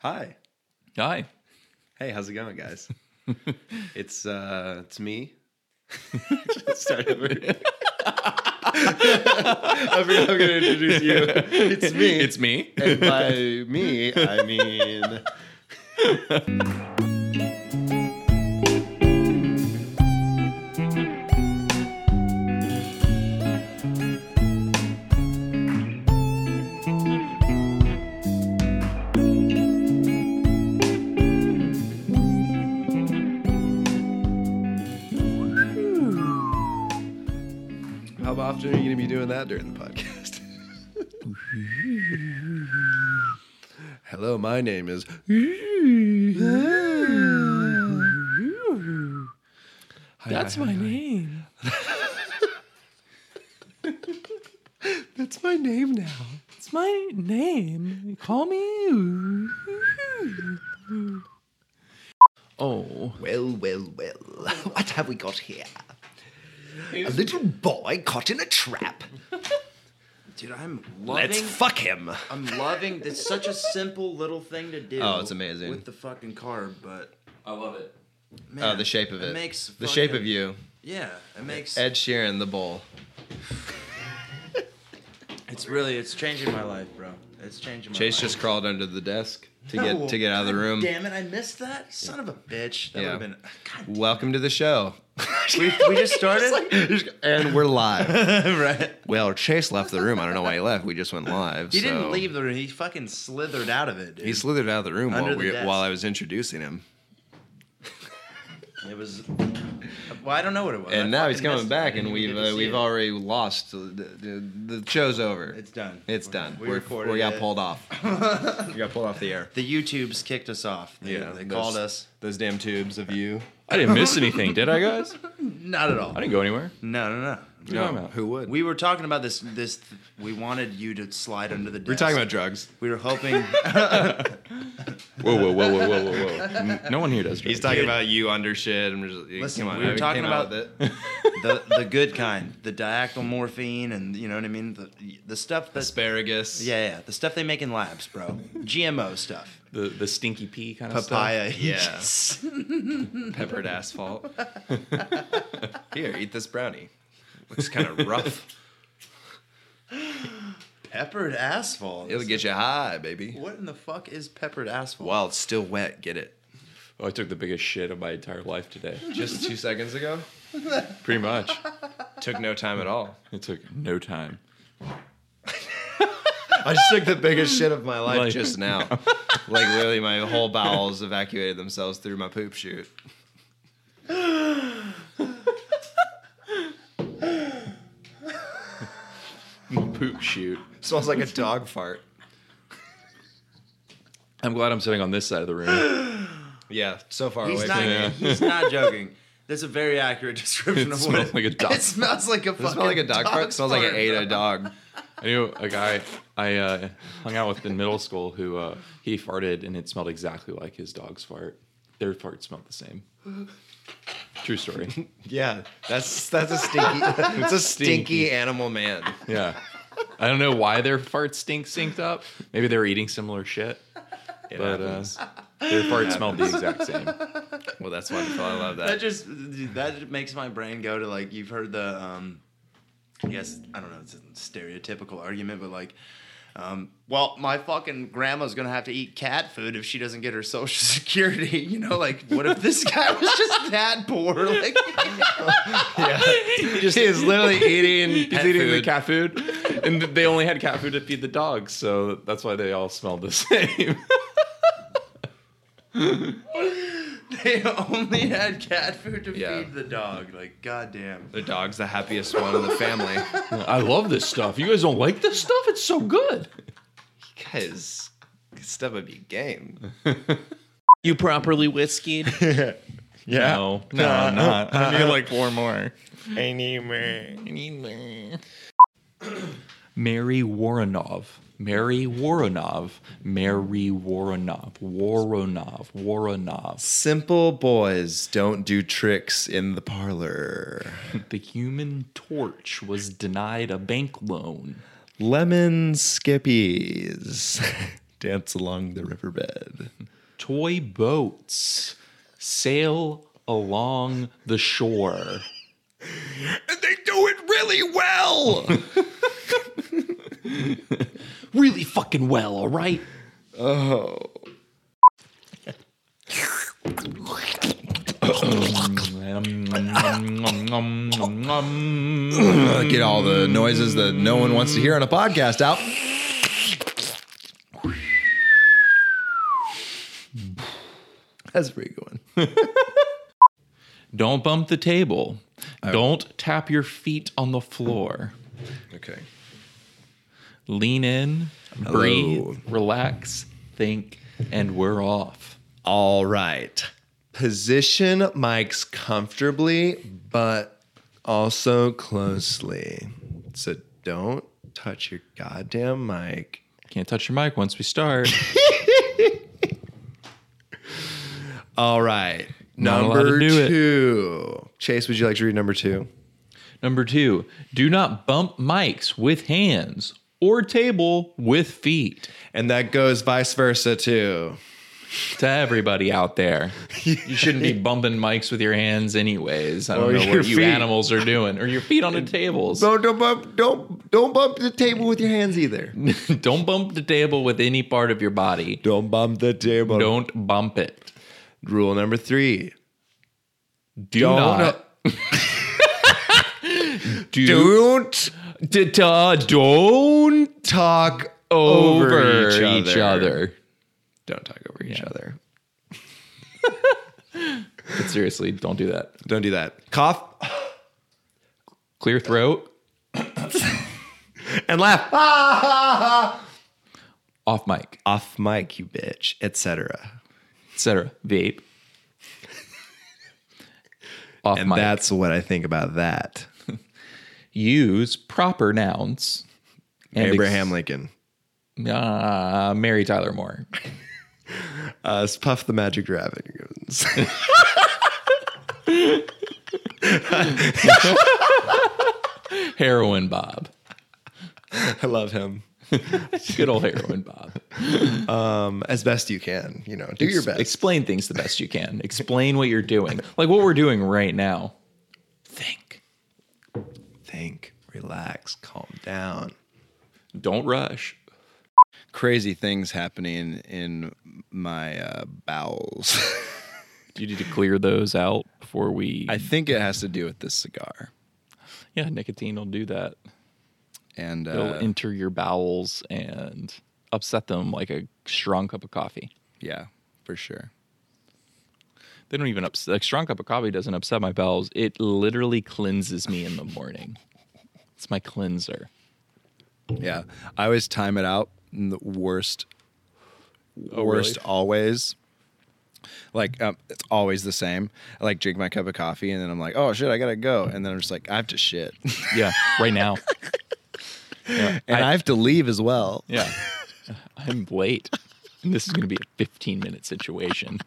Hi. Hi. Hey, how's it going, guys? it's uh it's me. Just Start over. I forgot I'm gonna introduce you. It's me. It's me. and by me I mean How often are you gonna be doing that during the podcast? Hello, my name is Hi, That's hi, my hi. name. That's my name now. It's my name. Call me. Oh. Well, well, well. What have we got here? A little boy caught in a trap. Dude, I'm Let's loving. fuck him. I'm loving. It's such a simple little thing to do. Oh, it's amazing. With the fucking carb, but I love it. man, Oh, the shape of it. makes the shape fucking- of you. yeah, it makes Ed Sheeran, the bowl. it's really it's changing my life, bro. It's changing my Chase life. just crawled under the desk to get No, to get out of the God room. Damn it, I missed that. Son of a bitch. That Yeah. would have been. God, Welcome to the show. we, we just started. and we're live. right. well, Chase left the room. I don't know why he left. We just went live. He so- didn't leave the room. He fucking slithered out of it, dude. He slithered out of the room Under while, the we, desk. while I was introducing him. It was. Well, I don't know what it was. I and now he's fucking coming missed it. I back, didn't and we've even get to uh, see we've it. already lost. The, the, the show's over. It's done. It's We're- done. We We're- recorded. we got it. pulled off. we got pulled off the air. The YouTubes kicked us off. They, Yeah, they those- called us. Those damn tubes of you. I didn't miss anything, did I, guys? Not at all. I didn't go anywhere. No, no, no. you talking about? who would? We We were talking about this. This we wanted you to slide under the desk. were talking about drugs. We were hoping. Whoa, whoa, whoa, whoa, whoa, whoa, whoa. No one here does. He's drugs. talking about you under shit. I'm just, Listen, come on, we were I talking came out about- with it. the the good kind, the diacylmorphine, and you know what I mean. The the stuff that's asparagus. yeah, yeah, the stuff they make in labs, bro. GMO stuff. the the stinky pea kind of Papaya. Yeah. yes. peppered asphalt. Here, eat this brownie. Looks kind of rough. peppered asphalt. It'll get you high, baby. What in the fuck is peppered asphalt? While it's still wet, get it. stuff. Oh, I took the biggest shit of my entire life today. Just two seconds ago, Pretty much. took no time at all. It took no time. I just took the biggest shit of my life Like- just now. like literally, my whole bowels evacuated themselves through my poop chute. Poop shoot. Smells like a dog fart. I'm glad I'm sitting on this side of the room. Yeah, so far He's away. not. from yeah. He's not joking. That's a very accurate description It of smells what like a dog- It smells like a fucking. Does it smell like a dog fart? Smells like an fart, ate a bro. dog. I knew a guy I uh, hung out with in middle school who uh, he farted and it smelled exactly like his dog's fart. Their fart smelled the same. True story. Yeah, that's that's a stinky. It's a Stinky. stinky animal man. Yeah. I don't know why their farts stink synced up. Maybe they were eating similar shit, but uh, their fart smelled the exact same. well, that's wonderful. I love That just that makes my brain go to like you've heard the um, I guess I don't know. It's a stereotypical argument, but like. Um, well, my fucking grandma's gonna have to eat cat food if she doesn't get her social security. You know, like what if this guy was just that poor? Like, He, is literally eating He's pet eating the food. cat food, and they only had cat food to feed the dogs, so that's why they all smelled the same. they only had cat food to Yeah. feed the dog. Like, goddamn. the dog's the happiest one of the family. I love this stuff. You guys don't like this stuff? It's so good. Guys, step up your game. You properly whiskeyed. Yeah. No, Uh, no, I'm not. I need like four more. I need me. Mary Voronov. Mary Voronov. Mary Voronov. Voronov. Voronov. Simple boys don't do tricks in the parlor. The human torch was denied a bank loan. Lemon skippies dance along the riverbed. toy boats sail along the shore. And they do it really well. Really fucking well, all right? oh. Uh, Get all the noises that no one wants to hear on a podcast out. That's a pretty good one. Don't bump the table. Oh. Don't tap your feet on the floor. Okay. Lean in, breathe, relax, think, and we're off. All right. Position mics comfortably, but also closely. So don't touch your goddamn mic. Can't touch your mic once we start. All right. Not allowed to Number do it. two. Chase, would you like to read number two? Number two, do not bump mics with hands or table with feet. And that goes vice versa too. To everybody out there, you shouldn't be bumping mics with your hands, anyways. I don't Or know your what you feet. animals are doing, or your feet on the tables. Don't don't bump don't don't bump the table with your hands either. Don't bump the table with any part of your body. Don't bump the table. Don't bump it. Rule number three. Do Don't not. do, Don't d- da- don't talk over, over, each, other. Don't talk over each other. But seriously, don't do that. Don't do that. Cough Clear throat, and laugh. Ah! off mic, Off mic, you bitch, etc. etc. Vape. off And mic. that's what I think about that. Use proper nouns. And Abraham Lincoln. Ex- uh, Mary Tyler Moore. Uh, it's Puff the Magic Dragons. Heroin Bob. I love him. Good old heroin Bob. Um, as best you can, you know, do your Ex- best. Explain things the best you can. Explain what you're doing. Like what we're doing right now. Think. Think, relax, calm down. Don't rush. Crazy things happening in my uh, bowels. You need to clear those out before we. I think it has to do with this cigar. yeah, nicotine will do that. And It'll uh, enter your bowels and upset them like a strong cup of coffee. yeah, for sure. They don't even upset. Like strong cup of coffee doesn't upset my bowels. It literally cleanses me in the morning. It's my cleanser. Yeah. I always time it out in the worst, really? worst always. Like um, it's always the same. I like drink my cup of coffee and then I'm like, oh shit, I gotta go. And then I'm just like, I have to shit. Yeah, right now. Yeah, and I, I- have to leave as well. Yeah. I'm late. And this is going to be a 15 minute situation.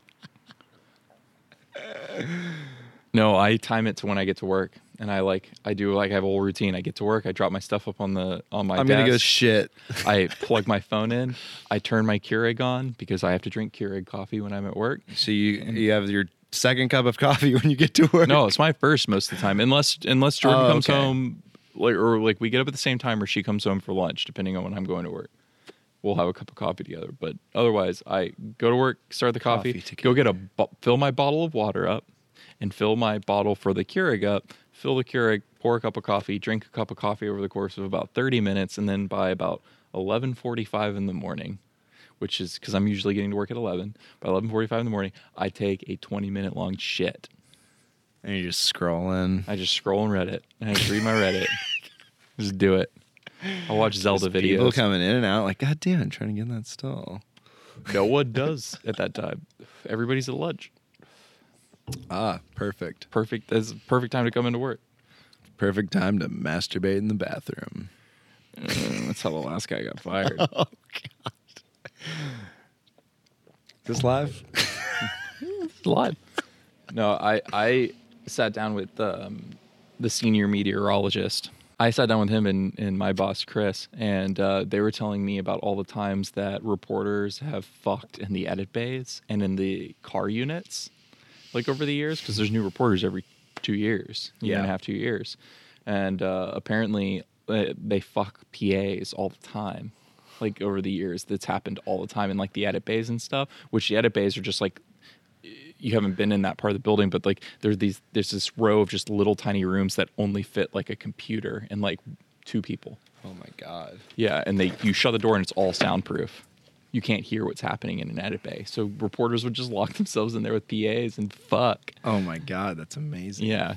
No, I time it to when I get to work. And I like, I do like, I have a whole routine. I get to work, I drop my stuff up on the, on my I'm desk. gonna go shit. I plug my phone in. I turn my Keurig on because I have to drink Keurig coffee when I'm at work. So you you have your second cup of coffee when you get to work. No, it's my first most of the time, unless unless Jordan Oh, comes okay. home, like or like we get up at the same time, or she comes home for lunch, depending on when I'm going to work. We'll have a cup of coffee together, but otherwise, I go to work, start the coffee, Coffee go get a bo- fill my bottle of water up, and fill my bottle for the Keurig up. Fill the Keurig, pour a cup of coffee, drink a cup of coffee over the course of about 30 minutes, and then by about 11:45 in the morning, which is because I'm usually getting to work at 11. By 11:45 in the morning, I take a 20 minute long shit. And you're just scrolling. I just scroll on Reddit and I just read my Reddit. just do it. I watch Zelda People videos. coming in and out, like, God damn, I'm trying to get in that stall. no one does at that time. Everybody's at lunch. Ah, perfect. Perfect. That's the perfect time to come into work. Perfect time to masturbate in the bathroom. That's how the last guy got fired. Is this live? live. No, I I sat down with um, the senior meteorologist I sat down with him and, and my boss Chris, and uh, they were telling me about all the times that reporters have fucked in the edit bays and in the car units, like over the years, because there's new reporters every two years, year and a Yeah. half, two years, and uh, apparently uh, they fuck PAs all the time. Like over the years, that's happened all the time in like the edit bays and stuff. Which the edit bays are just like you haven't been in that part of the building, but like there's these there's this row of just little tiny rooms that only fit like a computer and like two people. Oh my god. Yeah, and they you shut the door and it's all soundproof. You can't hear what's happening in an edit bay. So reporters would just lock themselves in there with PAs and fuck. Oh my god, that's amazing. Yeah.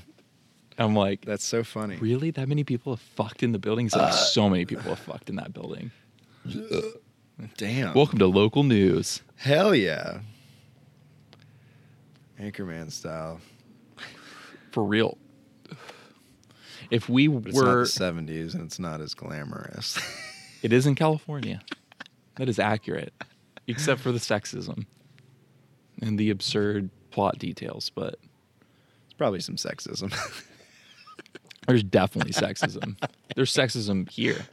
I'm like That's so funny. really that many people have fucked in the building? He's like so many people have fucked in that building. Damn. Welcome to local news. Hell yeah. Anchorman style. For real. If we But it's were not the 70s and it's not as glamorous. It is in California. That is accurate, except for the sexism and the absurd plot details. But it's probably some sexism. there's definitely sexism. There's sexism here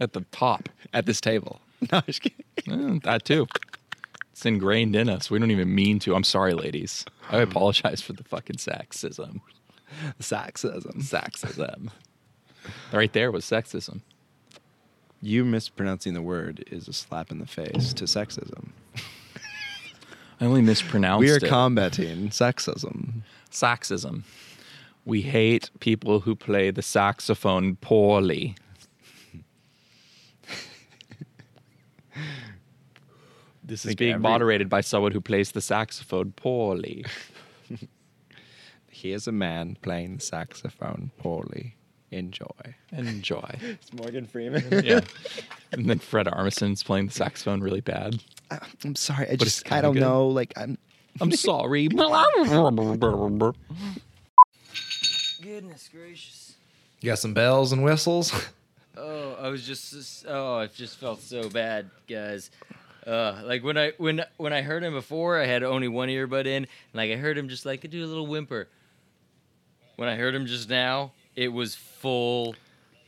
at the top. At this table. No, I'm just kidding. Eh, that too. It's ingrained in us. We don't even mean to. I'm sorry, ladies. I apologize for the fucking sexism. Sexism. Sexism. Right there was sexism. You mispronouncing the word is a slap in the face to sexism. I only mispronounced We are it. combating sexism. saxism. We hate people who play the saxophone poorly. this is Think being every- moderated by someone who plays the saxophone poorly. Here's a man playing the saxophone poorly. Enjoy. Enjoy. It's Morgan Freeman. Yeah. and then Fred Armisen's playing the saxophone really bad. I, I'm sorry. I it's just, I kinda don't good. know. Like, I'm. I'm sorry. Goodness gracious. You got some bells and whistles? Oh, I was just oh, I just felt so bad, guys. Uh, like when I when when I heard him before, I had only one earbud in, and like I heard him just like do a little whimper. When I heard him just now, it was full.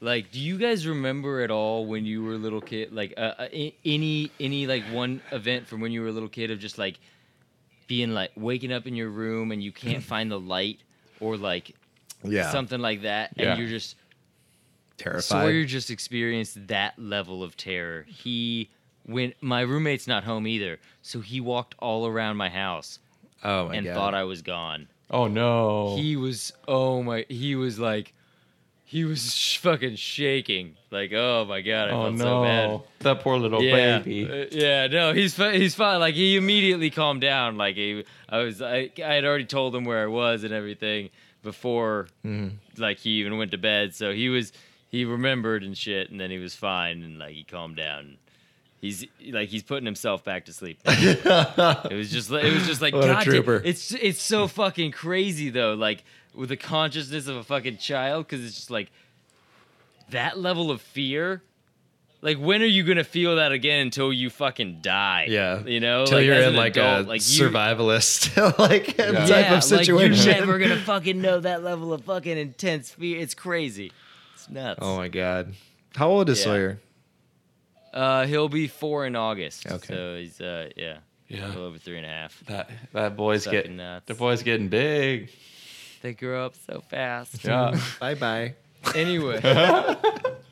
Like, do you guys remember at all when you were a little kid? Like, uh, uh, a- any any like one event from when you were a little kid of just like being like waking up in your room and you can't find the light or like yeah. something like that, Yeah. and you're just terrified. Sawyer just experienced that level of terror. He when my roommate's not home either, so he walked all around my house oh my and god. thought I was gone. Oh no. He was oh my he was like he was sh- fucking shaking. Like, oh my god, I oh felt no. so bad. That poor Oh, little Yeah, baby. uh, yeah, no, he's fi- he's fine. Like he immediately calmed down. Like he, I was, I, I had already told him where I was and everything before, Mm-hmm. like he even went to bed. So he was, he remembered and shit, and then he was fine and like he calmed down. He's like he's putting himself back to sleep. now. it was just, li- it was just like What a God, dude, trooper. it's it's so fucking crazy though. Like with the consciousness of a fucking child, because it's just like that level of fear. Like when are you gonna feel that again until you fucking die? Yeah. you know, Till you're Oh, as in an like adult, a like you- survivalist like Yeah. Yeah, type of situation. Like you're never gonna fucking know that level of fucking intense fear. It's crazy. It's nuts. oh my god. How old is Yeah. Sawyer? Uh, he'll be four in August. Okay. So he's uh, yeah, Yeah. a little over three and a half. That that boy's Sucking getting nuts. the boy's getting big. They grow up so fast. Yeah. Bye bye. Anyway.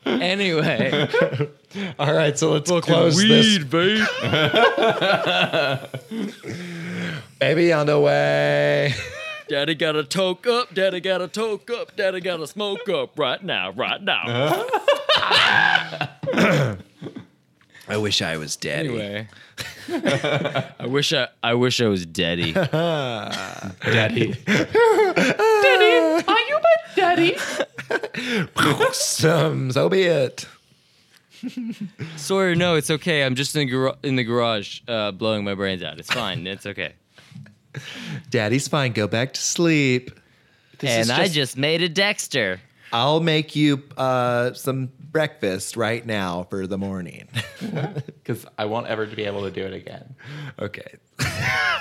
anyway. All right, so let's close this. babe. Baby on the way. Daddy gotta toke up, daddy gotta toke up, daddy gotta smoke up right now, right now. I wish I was daddy. Anyway. I wish I I wish I was daddy. Daddy. Some, Um, so be it. Sawyer, no, it's okay. I'm just in the, gar- in the garage uh, blowing my brains out. It's fine. It's okay. Daddy's fine. Go back to sleep. and I just made a Dexter. I'll make you uh, some breakfast right now for the morning. Because I won't ever be able to do it again. okay.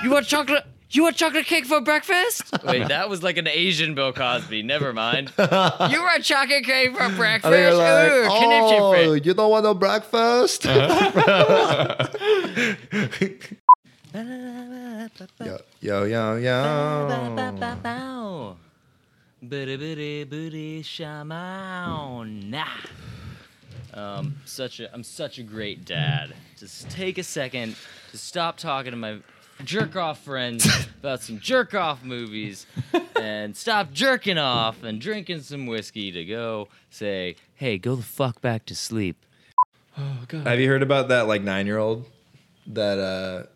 You want chocolate? You want chocolate cake for breakfast? Wait, that was like an Asian Bill Cosby. Never mind. you want chocolate cake for breakfast? they're like, Ooh, connection oh, fruit." you don't want no breakfast? yo, yo, yo, yo. Oh. Bow. Bitty bitty booty shaman. Nah. Um, such a I'm such a great dad. Just take a second to stop talking to my jerk off friends about some jerk off movies and stop jerking off and drinking some whiskey to go say, hey, go the fuck back to sleep. Oh god. Have you heard about that like nine year old that uh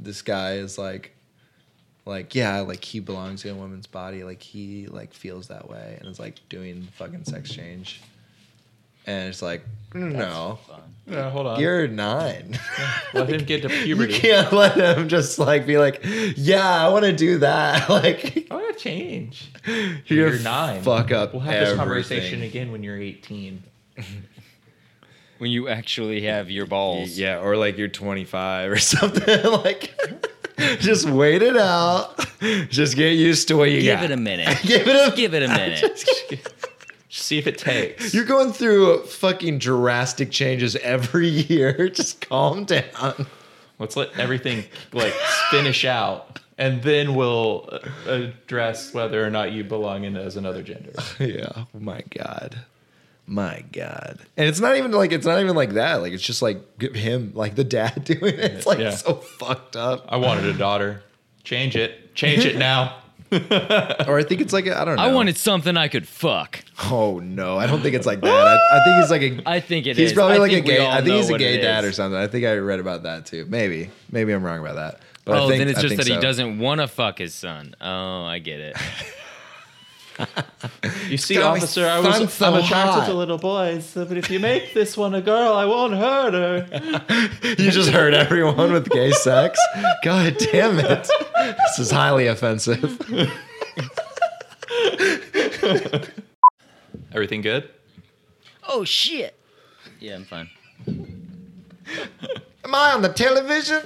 this guy is like like yeah, like he belongs in a woman's body, like he like feels that way and is like doing fucking sex change. And it's like Mm, no. Yeah, hold on. You're nine. Let him get to you puberty. can't let him just like be like, yeah, I want to do that. like I'm gonna Oh, change. you're, You're nine. Fuck up. We'll have this conversation everything. again when you're 18. When you actually have your balls. Yeah, or like you're 25 or something. like, just wait it out. Just get used to what you Give got. it a minute. Give it a. Give it a minute. See if it takes. You're going through fucking drastic changes every year. Just calm down. Let's let everything like finish out, and then we'll uh, address whether or not you belong in as another gender. yeah. Oh My God. My God. And it's not even like it's not even like that. Like it's just like give him like the dad doing it. It's like Yeah. so fucked up. I wanted a daughter. Change it. Change it now. Or I think it's like I I don't know. I wanted something I could fuck. Oh no, I don't think it's like that. I, I think it's like a. I think it is. he's probably I like a think we gay. all I think know he's a what gay it dad is. or something. I think I read about that too. Maybe, maybe I'm wrong about that. But I oh, think, then it's I just think that so. he doesn't want to fuck his son. Oh, I get it. You see, God, my officer, I son's was so I'm attracted hot. to little boys, so- but if you make this one a girl, I won't hurt her. You just hurt everyone with gay sex. God damn it! This is highly offensive. Everything good? oh shit. Yeah, I'm fine. Am I on the television?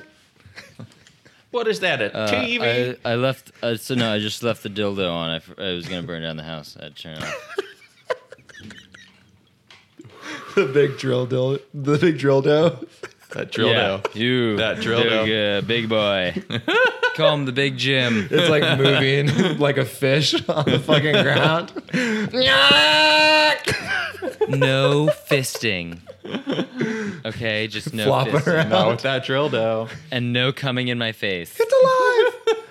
What is that? Uh, A TV? I, I left. Uh, so no, I just left the dildo on. I, f- I was gonna burn down the house. I turned it off. The big drill dill. The big drill dough. that drill yeah, you That drill big, uh, big boy. Call him the big Jim. It's like moving like a fish on the fucking ground. No fisting. Okay, just no Flopping fisting. around. No, with that drill dough. and no coming in my face. It's alive.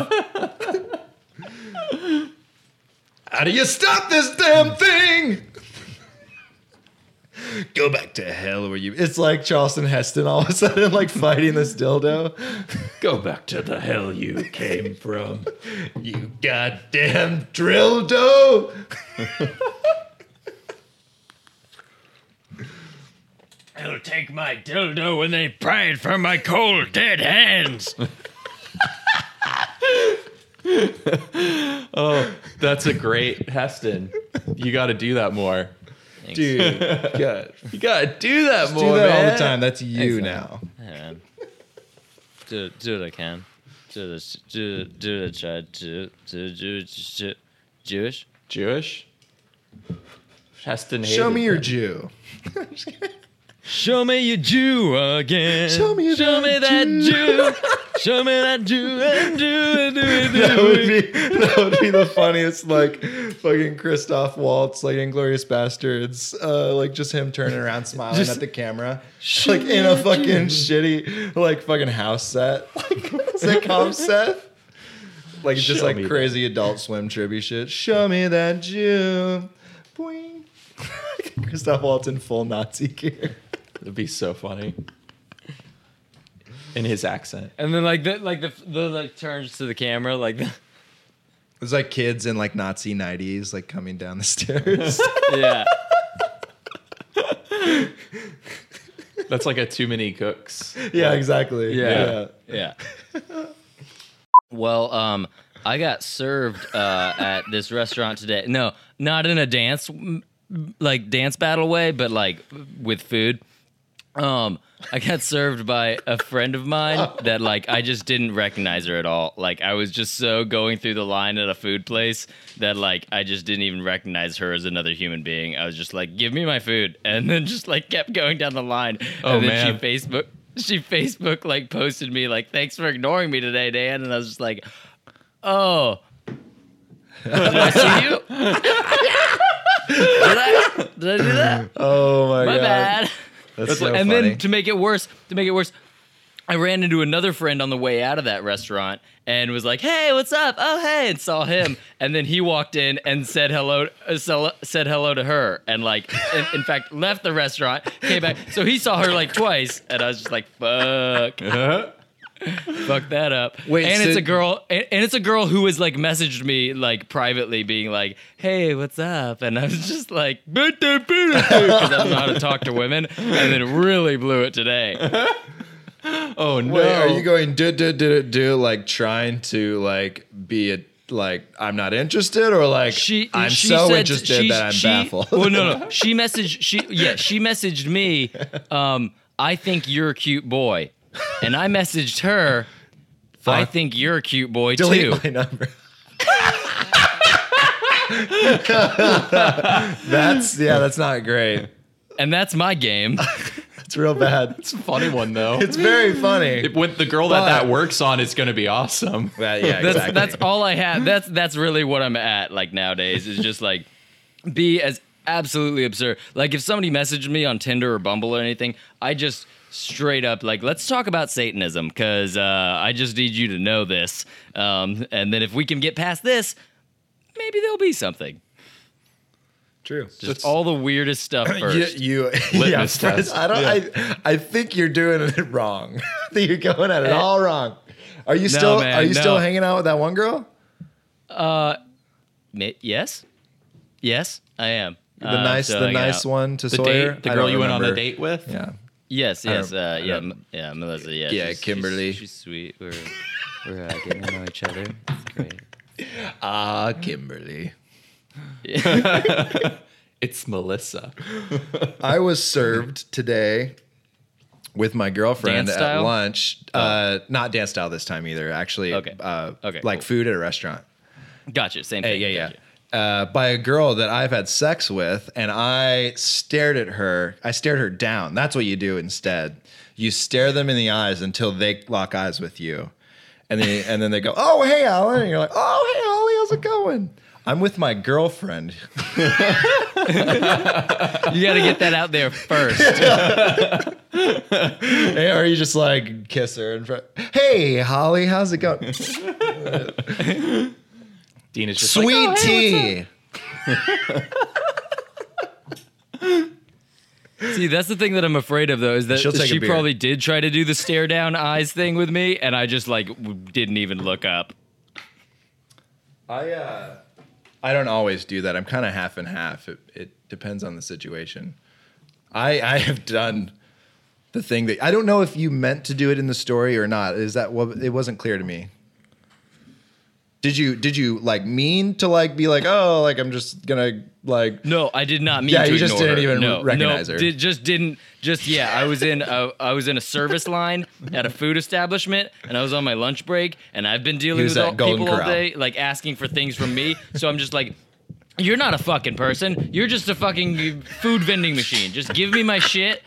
Turn it off. Turn it off. How do you stop this damn thing? Go back to hell where you. It's like Charleston Heston all of a sudden, like fighting this dildo. Go back to the hell you came from. You goddamn dildo. They'll take my dildo when they pry it from my cold, dead hands. That's a great Heston. You got to do that more. Dude, God. You got to do that Do more, that all the man. time. That's you now. Yeah. Do do what I can. Do this. Do do what I tried to. Do do do- Jewish. Jewish? Heston hated Show me your that. Jew. Show me your Jew again. Show me Show that me that Jew. Show me that Jew and do it, do it, do That would it. be that would be the funniest, like fucking Christoph Waltz, like Inglorious Bastards, uh, like just him turning around smiling at the camera, like in a fucking shitty, like fucking house set, like sitcom set, like just Show like me that. crazy Adult Swim tribute shit. Show me that Jew, boing. Christoph Waltz in full Nazi gear. That'd be so funny. In his accent. And then like the like the the like turns to the camera like the, It's like kids in like Nazi nineties, like coming down the stairs. yeah. That's like a too many cooks. yeah, exactly. Yeah. Yeah. well, um, I got served uh, at this restaurant today. No, not in a dance, m- m- like dance battle way, but like with food. Um, I got served by a friend of mine that like I just didn't recognize her at all. Like I was just so going through the line at a food place that like I just didn't even recognize her as another human being. I was just like, "Give me my food," and then just like kept going down the line. Oh, and then man. She Facebook, she Facebook like posted me like, "Thanks for ignoring me today, Dan," and I was just like, "Oh." Did I see you? did, I, did I do that? Oh my, My god. bad That's, so and funny. then to make it worse, to make it worse, I ran into another friend on the way out of that restaurant and was like, "Hey, what's up? Oh, hey!" and saw him, and then he walked in and said hello, uh, sel- said hello to her, and like, in, in fact, left the restaurant, came back, so he saw her like twice, and I was just like, "Fuck." fuck that up. Wait, and it's so- a girl, and, and it's a girl who has like messaged me like privately, being like, "Hey, what's up?" And I was just like, "Birthday, birthday," because I don't know how to talk to women, and then really blew it today. Oh no! Wait, are you going do do do do do like trying to like be a like I'm not interested or like She, I'm she so said- interested she- that I'm she- baffled. Well, no, no, she messaged, she yeah, she messaged me. Um, I think you're a cute boy, and I messaged her. I Fuck. think you're a cute boy Delete too. my number. that's yeah, that's not great. And that's my game. It's real bad. It's a funny one though. It's very funny. It- with the girl But- that that works on, it's going to be awesome. That- yeah, that's exactly. that's all I have. That's that's really what I'm at like nowadays is just like be as absolutely absurd. Like if somebody messaged me on Tinder or Bumble or anything, I just straight up like let's talk about Satanism because uh, I just need you to know this. Um, and then if we can get past this, maybe there'll be something. true. Just all the weirdest stuff You, first. you yeah, Litmus Fred, test. I don't. I, I think you're doing it wrong. I think you're going at it all wrong. Are you still? man, are you still no. hanging out with that one girl? Ma- yes, yes, I am. Uh, The nice, the nice one to The Sawyer. date, the I girl don't you went on a remember. date with. Yeah. Yes, yes, don't- uh, yeah, M- yeah, Melissa, yeah, Yeah, she's- she's- Kimberly. she's, sweet. We're we're uh, getting to know each other. It's great. Ah, Kimberly. It's Melissa. I was served today with my girlfriend Dance at style? lunch. Uh, not dance style this time either. Actually, Okay. Uh, Okay, like cool. food at a restaurant. Gotcha. Same Hey, thing. yeah, yeah. gotcha. Uh, by a girl that I've had sex with, and I stared at her. I stared her down. That's what you do instead. You stare them in the eyes until they lock eyes with you, and then and then they go, "Oh, hey, Alan," and you're like, "Oh, hey, Ollie, how's it going?" I'm with my girlfriend. You got to get that out there first. Hey, or you just like kiss her in front. Hey, Holly, how's it going? Dean is just like, Sweet tea. See, that's the thing that I'm afraid of, though, is that She'll take a she beer. probably did try to do the stare down eyes thing with me, and I just like w- didn't even look up. I uh, I don't always do that. I'm kind of half and half. It, it depends on the situation. I I have done the thing that I don't know if you meant to do it in the story or not. Is that what it wasn't clear to me? Did you did you like mean to like be like oh like I'm just gonna like No, I did not mean Yeah, to you just ignore didn't her. even no, recognize no, her. Did, just didn't. Just yeah, I was in a I was in a service line at a food establishment, and I was on my lunch break, and I've been dealing was with at all, Golden people all Corral. day, like asking for things from me. So I'm just like. You're not a fucking person. You're just a fucking food vending machine. Just give me my shit.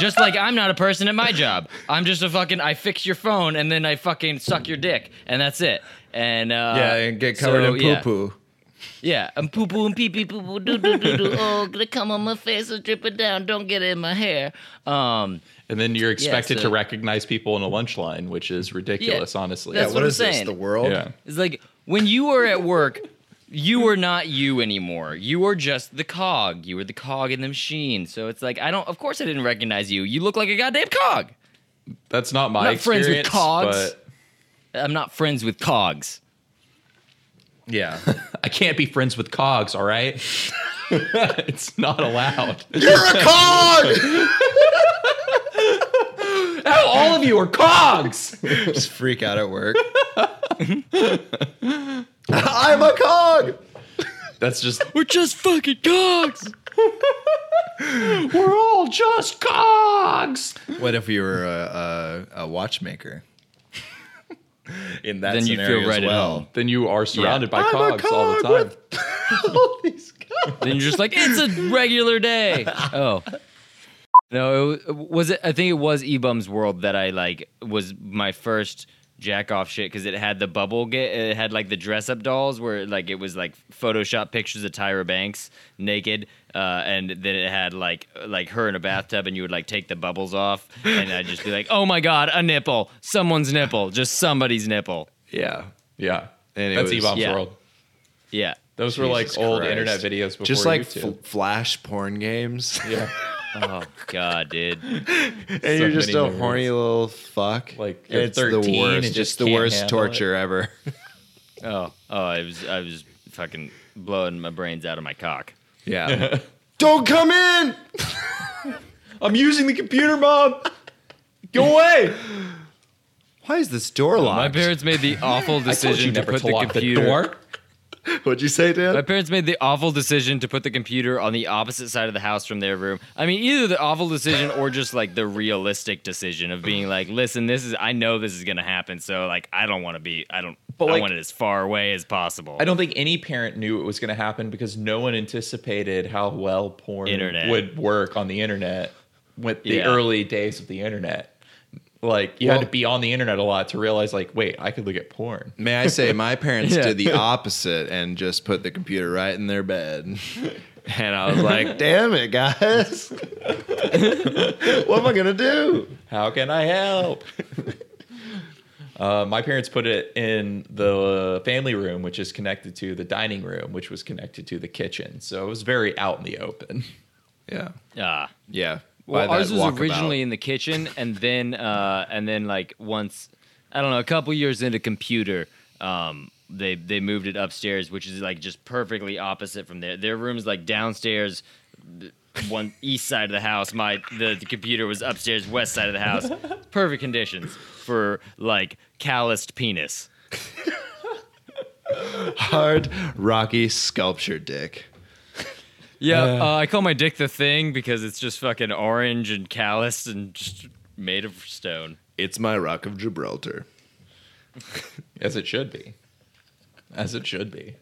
Just like I'm not a person at my job. I'm just a fucking. I fix your phone and then I fucking suck your dick and that's it. And uh, yeah and get covered so, in yeah. poo poo. Yeah, and poo poo and pee pee poo poo doo doo doo doo. Oh, gonna come on my face and drip it down. Don't get it in my hair. Um, and then you're expected so- to recognize people in a lunch line, which is ridiculous, honestly. That's Yeah, what what I'm is this? saying. The world. yeah. it's like when you are at work, you are not you anymore. You are just the cog. You are the cog in the machine. So it's like I don't. Of course, I didn't recognize you. You look like a goddamn cog. That's not my Not friends experience. with cogs. but I'm not friends with cogs. Yeah. I can't be friends with cogs, all right? it's not allowed. You're a cog. How all of you are cogs! just freak out at work. I'm a cog. That's just We're just fucking cogs. We're all just cogs. What if you were a, a, a watchmaker? In that Then you'd feel scenario as right at well. home. Then you are surrounded by I'm a cogs all the cog time. with- all these guys. then you're just like, it's a regular day. Oh. No, it wa- was it? I think it was Ebum's World that I like was my first jack off shit because it had the bubble get it had like the dress up dolls where like it was like Photoshop pictures of Tyra Banks naked, uh, and then it had like like her in a bathtub and you would like take the bubbles off and I'd just be like, oh my god, a nipple, someone's nipple, just somebody's nipple. Yeah. Yeah, And it that's was- Ebob's yeah. world. Yeah, Those were like Jesus old Christ. internet videos before Just like YouTube. fl- flash porn games. yeah, oh god, dude. And you're just a many memories. horny little fuck. Like, you're it's 13 the worst. and just it's the can't worst handle it. torture ever. Oh, oh, I was, I was fucking blowing my brains out of my cock. yeah. Don't come in. I'm using the computer, mom. Go away. Why is this door My locked? parents made the awful I told you decision to never put to the lock computer. the door. What'd you say, My Dad? parents made the awful decision to put the computer on the opposite side of the house from their room. I mean, either the awful decision or just like the realistic decision of being like, listen, this is, I know this is gonna happen, so like, I don't want to be, I don't, But, I like- want it as far away as possible. I don't think any parent knew it was going to happen because no one anticipated how well porn Internet. would work on the internet with the Yeah. early days of the internet. Like you had Well- to be on the internet a lot to realize, like, wait, I could look at porn. May I say, my parents Yeah. did the opposite and just put the computer right in their bed. And I was like, damn it, guys. what am I going to do? How can I help? uh, my parents put it in the family room, which is connected to the dining room, which was connected to the kitchen. So it was very out in the open. Yeah. Ah. Yeah. Well, By ours that was walkabout. originally in the kitchen, and then uh, and then like once I don't know, a couple years into computer, um, they they moved it upstairs, which is like just perfectly opposite from there. Their room's like downstairs, th- one east side of the house. My the, the computer was upstairs, west side of the house. Perfect conditions for like calloused penis. hard, rocky sculpture dick. Yeah, uh, I call my dick the thing because it's just fucking orange and calloused and just made of stone. It's my Rock of Gibraltar. As it should be. As it should be.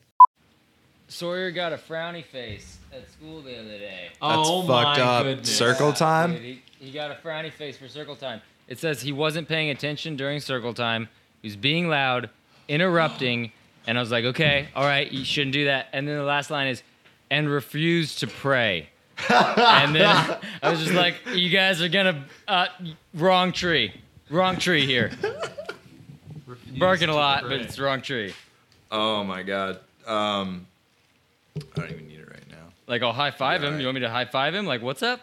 Sawyer got a frowny face at school the other day. Um, That's fucked up. Circle time? Dude, he, he got a frowny face for circle time. It says he wasn't paying attention during circle time. He was being loud, interrupting, and I was like, okay, all right, you shouldn't do that. And then the last line is, and refuse to pray. and then I was just like, you guys are gonna uh, wrong tree, wrong tree here. Barking a lot, but it's wrong tree. Oh my god. Um I don't even need it right now. Like I'll high five him. Right. You want me to high five him? Like what's up?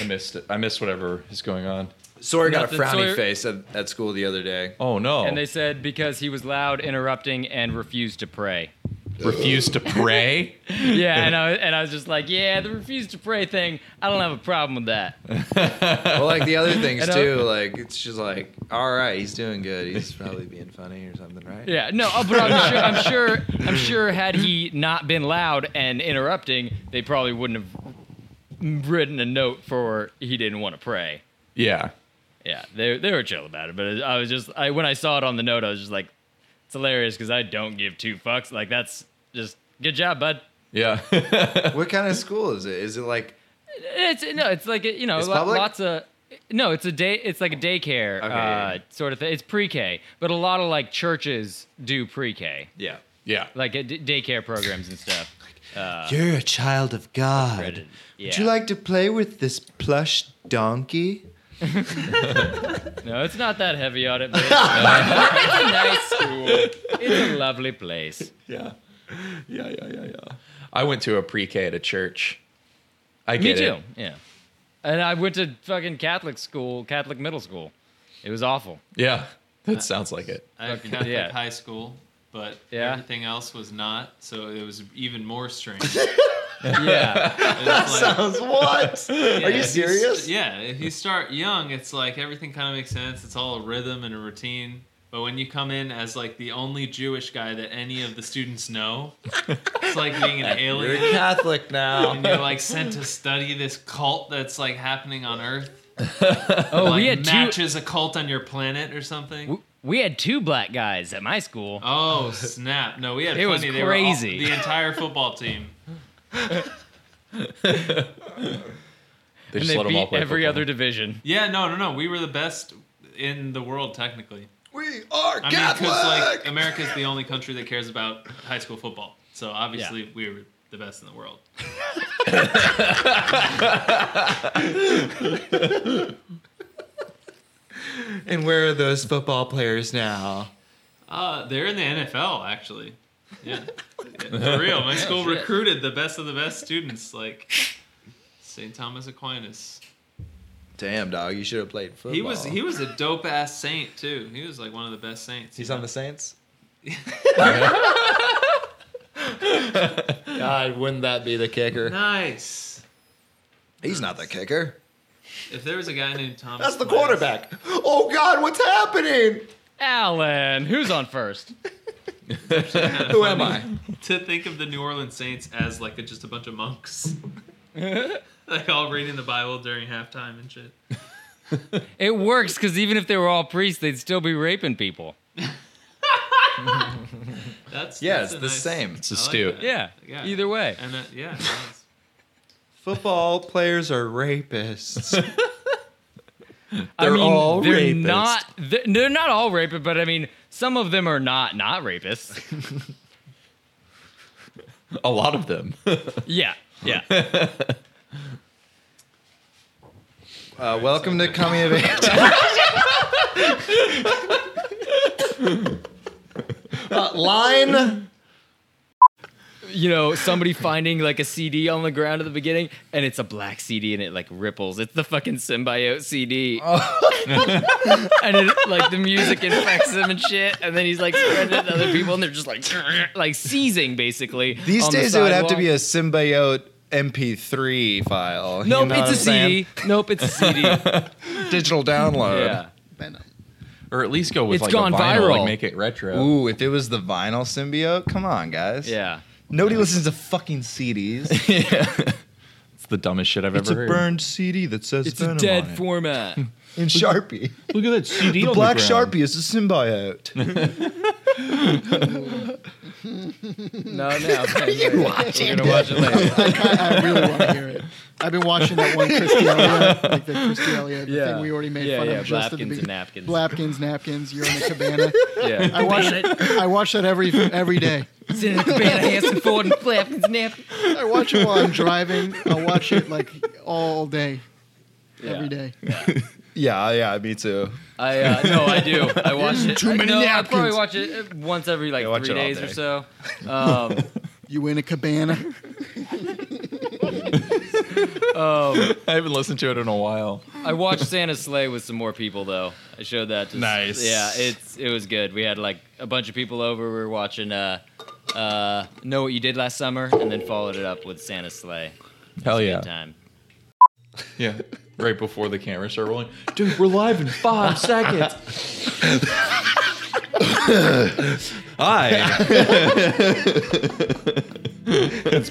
I missed it. I missed whatever is going on. Sawyer got Nothing, a frowny Sawyer- face at, at school the other day. Oh no. And they said because he was loud, interrupting, and refused to pray. refused to pray. Yeah, and I and I was just like, yeah, the refuse to pray thing. I don't have a problem with that. Well, like the other things And I- too. Like it's just like, all right, he's doing good. He's probably being funny or something, right? Yeah, no, uh, but I'm sure, I'm sure, I'm sure. Had he not been loud and interrupting, they probably wouldn't have written a note for he didn't want to pray. Yeah. Yeah, they they were chill about it, but I was just I when I saw it on the note, I was just like, it's hilarious because I don't give two fucks. Like that's just good job, bud. Yeah. What kind of school is it? Is it like It's no, it's like you know, It's lo- public? lots of. No, it's a day. It's like a daycare uh, yeah, yeah. sort of thing. It's pre-K, but a lot of like churches do pre-K, yeah. Yeah. like uh, d- daycare programs and stuff. You're a child of God. Right, and- yeah. Would you like to play with this plush donkey? No, it's not that heavy on it. But it's, uh, it's a nice school. It's a lovely place. Yeah. Yeah. Yeah. Yeah. Yeah. I went to a pre-K at a church. I Me get too. it. Yeah. And I went to fucking Catholic school, Catholic middle school. It was awful. Yeah. Uh, That sounds like it. I had Fucking- Catholic yeah. high school, but Yeah. everything else was not. So it was even more strange. Yeah. Sounds what? Are you serious? yeah, if you start young, it's like everything kind of makes sense. It's all a rhythm and a routine. But when you come in as like the only Jewish guy that any of the students know, it's like being an You're alien. a Catholic And you're now. like sent to study this cult that's like happening on Earth. Oh, like we had two. matches a cult on your planet or something. w- We had two black guys at my school. Oh snap! No, we had It was plenty. They were all- crazy. the entire football team. They and just they let them all beat play every football. other division. Yeah, no, no, no. We were the best in the world technically. we are I mean, Catholic. because like America's the only country that cares about high school football. So obviously we were the best in the world. and where are those football players now? Uh, they're in the NFL actually. Yeah, Yeah, for real. My school recruited the best of the best students, like St. Thomas Aquinas. Damn, dog, you should have played football. He was he was a dope ass saint too. He was like one of the best saints. He's you on know? the Saints. God, wouldn't that be the kicker? nice. He's not the kicker. If there was a guy named Thomas, That's the Aquinas- quarterback. Oh God, what's happening? Alan, who's on first? Who am I? to think of the New Orleans Saints as like a, just a bunch of monks, like all reading the Bible during halftime and shit. It works because even if they were all priests, they'd still be raping people. That's Yeah, it's that's a the nice- same. It's I like astute. that. Yeah. Yeah. Either way. And uh, yeah, it is. Football players are rapists. I They're mean, all they're rapists. not. They're, they're not all rapists, but I mean, some of them are not not rapists. A lot of them. yeah. Yeah. Uh, welcome to coming of age. Uh, line. you know, somebody finding like a CD on the ground at the beginning, and it's a black CD, and it like ripples. It's the fucking symbiote CD, Oh. and it like the music infects him and shit. And then he's like spreading it to other people, and they're just like like seizing basically. These on the days, it would have to sidewalk. be a symbiote MP3 file. you Nope, know it's what a I'm saying? CD. Nope, it's a CD. Digital download. yeah. Or at least go with It's like gone a vinyl, viral. like make it retro. Ooh, if it was the vinyl symbiote, come on, guys. Yeah. Nobody listens to fucking CDs. It's the dumbest shit I've it's a ever heard. burned CD that says It's a Venom on dead it. format. in Sharpie. Look at that CD. The on black ground. Sharpie is a symbiote. No, no. You watch it. watch it later. I, I, I really want to hear it. I've been watching that one Christelia, like the Christelia the Yeah. thing we already made Yeah, fun yeah, of just at the Blapkins beginning. and napkins. Blapkins, napkins. You're in a cabana. Yeah. I watch I watch that every every day. Senator Cabana, Hanson, Ford, and Flapkins, napkins. I watch it while I'm driving. I watch it like all day, every day. yeah, yeah, me too. I uh, no, I do. I watch it. Too many no, I probably napkins. watch it uh, once every like Yeah, watch three it all days or day. so. Um, You in a cabana? um, I haven't listened to it in a while. I watched Santa's Sleigh with some more people though. I showed that. To Nice. Yeah, it's it was good. We had like a bunch of people over. We were watching uh, uh, Know What You Did Last Summer, and then followed it up with Santa's Sleigh. Hell Good yeah. time. Yeah. Right before the cameras start rolling. Dude, we're live in five seconds. Hi. It's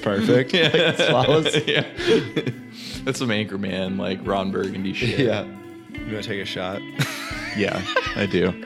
perfect. yeah, it's flawless. yeah. That's some anchor man, like Ron Burgundy shit. Yeah. You want to take a shot? Yeah, I do.